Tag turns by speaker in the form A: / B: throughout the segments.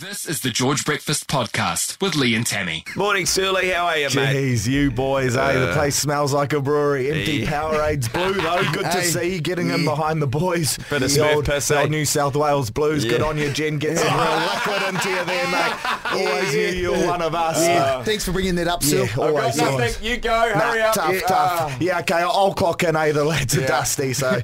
A: This is the George Breakfast Podcast with Lee and Tammy.
B: Morning, Surly. How are you, mate? Uh,
C: Jeez, you boys, eh? the place smells like a brewery. Empty Powerades blue, though. Good to see. Getting in behind the boys.
B: Bit of
C: the
B: Smurf
C: old,
B: piss,
C: the
B: eh?
C: old New South Wales blues. Good
B: Yeah.
C: on you, Jen. Get some real liquid into you there, mate. Always knew you were one of us.
D: Yeah, thanks for bringing that up,
C: Yeah,
D: Sil.
C: always. always.
B: you go.
C: Nah, tough, tough. Yeah, okay, I'll- I'll clock in, eh? The lads are dusty, so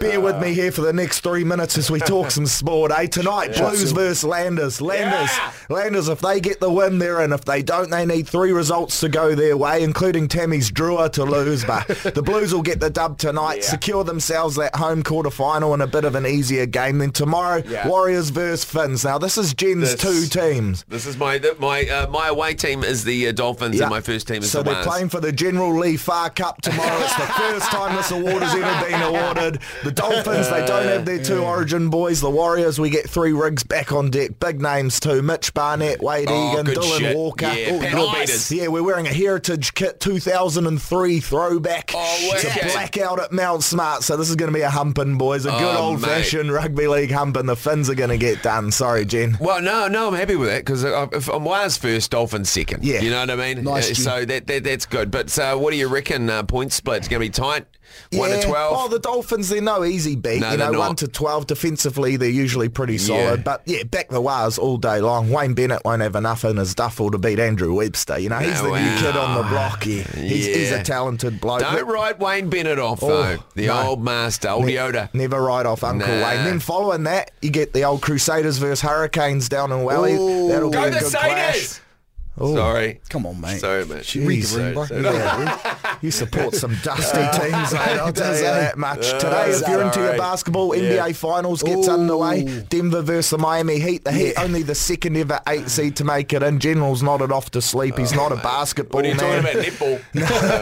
C: bear with me here for the next three minutes as we talk some sport, eh? Tonight, Blues versus Landers. Landers, Landers, if they get the win, they're in. If they don't, they need three results to go their way, including Tammy's Drua to lose. But the Blues will get the dub tonight, secure themselves that home quarter final in a bit of an easier game. Then tomorrow,
B: Yeah.
C: Warriors versus Finns. Now, this is Jen's
B: This-
C: two teams.
B: This is my th- my uh, my away team is the uh, Dolphins
C: Yeah.
B: and my first team is
C: so
B: the
C: they're
B: Wales.
C: playing for the General Lee Far Cup tomorrow. It's the first time this award has ever been awarded. The Dolphins, they don't have their two Origin boys. The Warriors, we get three rigs back on deck. Big names too. Mitch Barnett, Wade
B: Oh,
C: Egan,
B: good
C: Dylan
B: shit.
C: Walker.
B: Yeah, panel beaters.
C: Yeah, we're wearing a Heritage Kit 2003 throwback.
B: Oh,
C: it's
B: wicked.
C: a blackout at Mount Smart. So this is going to be a humping, boys. A good
B: Oh,
C: old-fashioned rugby league humping. The Finns are going to get done. Sorry, Jen.
B: Well, no, no, I'm happy with that because if I'm Wales first, Dolphins second.
C: Yeah.
B: You know what I mean?
D: Nice,
B: Uh,
D: G.
B: so that, that that's good. But uh, what do you reckon? Uh, point split's going to be tight. One to
C: Yeah.
B: twelve.
C: Oh, the Dolphins, they're no easy beat.
B: No,
C: you know,
B: they're not.
C: one to twelve defensively, they're usually pretty
B: Yeah.
C: solid. But yeah, back the wires all day long. Wayne Bennett won't have enough in his duffel to beat Andrew Webster. You know, he's
B: No,
C: the new
B: wow.
C: kid on the block. Yeah. He's, he's
B: Yeah.
C: a talented bloke.
B: Don't
C: But
B: write Wayne Bennett off
C: Oh,
B: though. The
C: no.
B: old master, old Yoda.
C: Never write off Uncle
B: Nah.
C: Wayne. Then following that, you get the old Crusaders versus Hurricanes down in Wally.
B: Ooh.
C: That'll
B: Go
C: be a
B: the
C: good
B: Satyrs!
C: clash. Ooh.
B: Sorry.
D: Come on, mate.
B: Sorry, mate.
D: Read
C: Jeez,
D: the room,
C: eh?
D: bro.
C: Yeah, you- you support some dusty teams, mate. I'll tell you that much. Today, if you're into your
B: Uh, Sorry.
C: basketball, NBA Finals gets
D: Ooh.
C: underway. Denver versus the Miami Heat. The Heat only the second ever eight seed to make it in. General's nodded off to sleep. He's not a basketball
B: Oh, What are you
C: Oh, man.
B: talking about? Netball.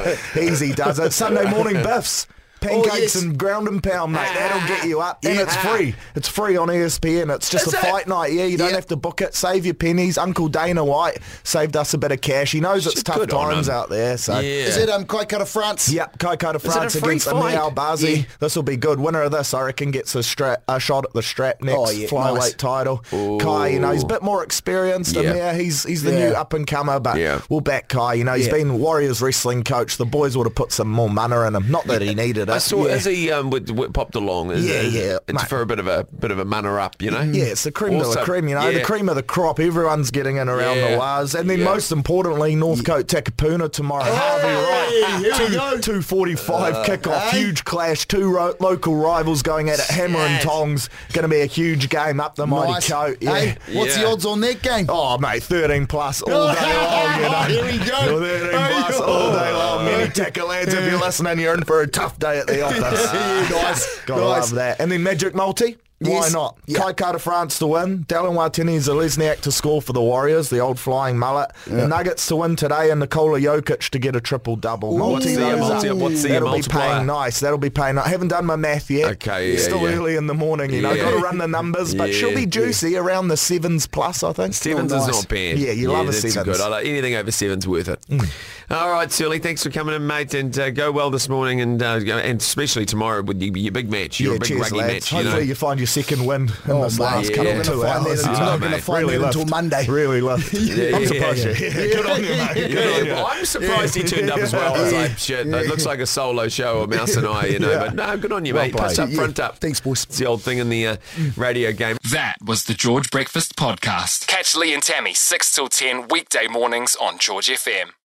C: Easy does it. Sunday morning biffs.
B: Oh,
C: Pancakes
D: yes.
C: and ground and pound,
B: Ah.
C: mate. That'll get you up. And it's free. It's free on E ESPN. It's just
B: Is
C: a
B: it?
C: fight night. Yeah, you don't
D: Yeah.
C: have to book it. Save your pennies. Uncle Dana White saved us a bit of cash. He knows it's tough
B: good on
C: times
B: him.
C: out there. So.
D: Is it um Kaikoura France?
C: Yep, Coco to
D: it a
C: France
D: free
C: against
D: fight?
C: Amir Albazi.
D: Yeah.
C: This will be good. Winner of this, I reckon, gets a, stra- a shot at the strap next
D: Oh, yeah,
C: flyweight
D: nice.
C: title. Kai, you know, he's a bit more experienced.
B: Yeah.
C: Amir, he's he's the
D: Yeah.
C: new up and comer, but
B: Yeah.
C: we'll back Kai. You know, he's
D: Yeah.
C: been Warriors wrestling coach. The boys would have put some more mana in him. Not that he needed it.
B: I saw
C: yeah.
B: Izzy um, with, with, popped along. Is-
C: Yeah,
B: is-
C: yeah,
B: It's
C: mate.
B: for a bit of a bit of a manner up, you know.
C: Yeah, it's the cream of
B: Also-
C: the cream, you know,
B: yeah.
C: the cream of the crop. Everyone's getting in around
B: Yeah.
C: the wires. And then
B: Yeah.
C: most importantly, Northcote Takapuna tomorrow. Harvey Wright,
D: here we
C: two- 245 kickoff, huge clash. Two ro- local rivals going at it, hammer and
D: Yes.
C: tongs. Going to be a huge game up the
D: Nice.
C: mighty coat. Yeah.
D: Hey, what's the
B: Yeah.
D: odds on that game?
C: Oh mate, thirteen plus all day long. You know?
D: Here we go.
C: Thirteen plus all day long. Many tackle lads, if you're listening, you're in for a tough day at the office.
D: Yeah, nice,
C: Gotta
D: nice.
C: love that. And then Magic Multi. Why
D: Yes.
C: not?
D: Yeah.
C: Kai Carter France to win. Dallin Watini Zelezniak to score for the Warriors, the old flying mullet. The Nuggets to win today and Nikola Jokic to get a triple double.
B: What's the, multi- what's the
C: That'll be
B: multiplier?
C: paying nice. That'll be paying nice. I haven't done my math yet.
B: Okay,
C: It's
B: yeah,
C: still
B: yeah.
C: early in the morning, you know.
B: Yeah.
C: Gotta run the numbers, but
B: Yeah.
C: she'll be juicy around the sevens plus, I think.
B: Sevens
D: Oh,
B: is
D: nice.
B: not bad.
C: Yeah, you love a Mm.
B: that's
C: sevens.
B: Good. I like anything over sevens worth it. All right, Surly, thanks for coming in, mate, and uh, go well this morning, and uh, go- and especially tomorrow with your, your big match, your
C: yeah,
B: big
C: cheers,
B: rugby
C: lads.
B: match. You
C: Hopefully
B: know?
C: you, find your second win in this
D: mate,
C: last
B: yeah.
C: couple
B: You're
C: of
D: gonna
C: two
D: find
C: hours.
D: that-
C: you
D: you're
C: know.
D: not gonna
B: mate.
D: find that until
C: left.
D: Monday.
C: Really left.
B: Yeah,
C: I'm
B: yeah,
C: surprised
B: yeah.
C: you. Yeah, good on you, mate. Good
B: Yeah,
C: on you.
B: well, I'm surprised he turned up as well. I was like, shit, it looks like a solo show or Mouse and I, you know. But no, good on you,
C: Well
B: mate. Plus
C: played.
B: up, front up.
D: Thanks, boys.
B: It's the old thing in the uh, radio game.
A: That was the George Breakfast Podcast. Catch Lee and Tammy 6 till 10 weekday mornings on George FM.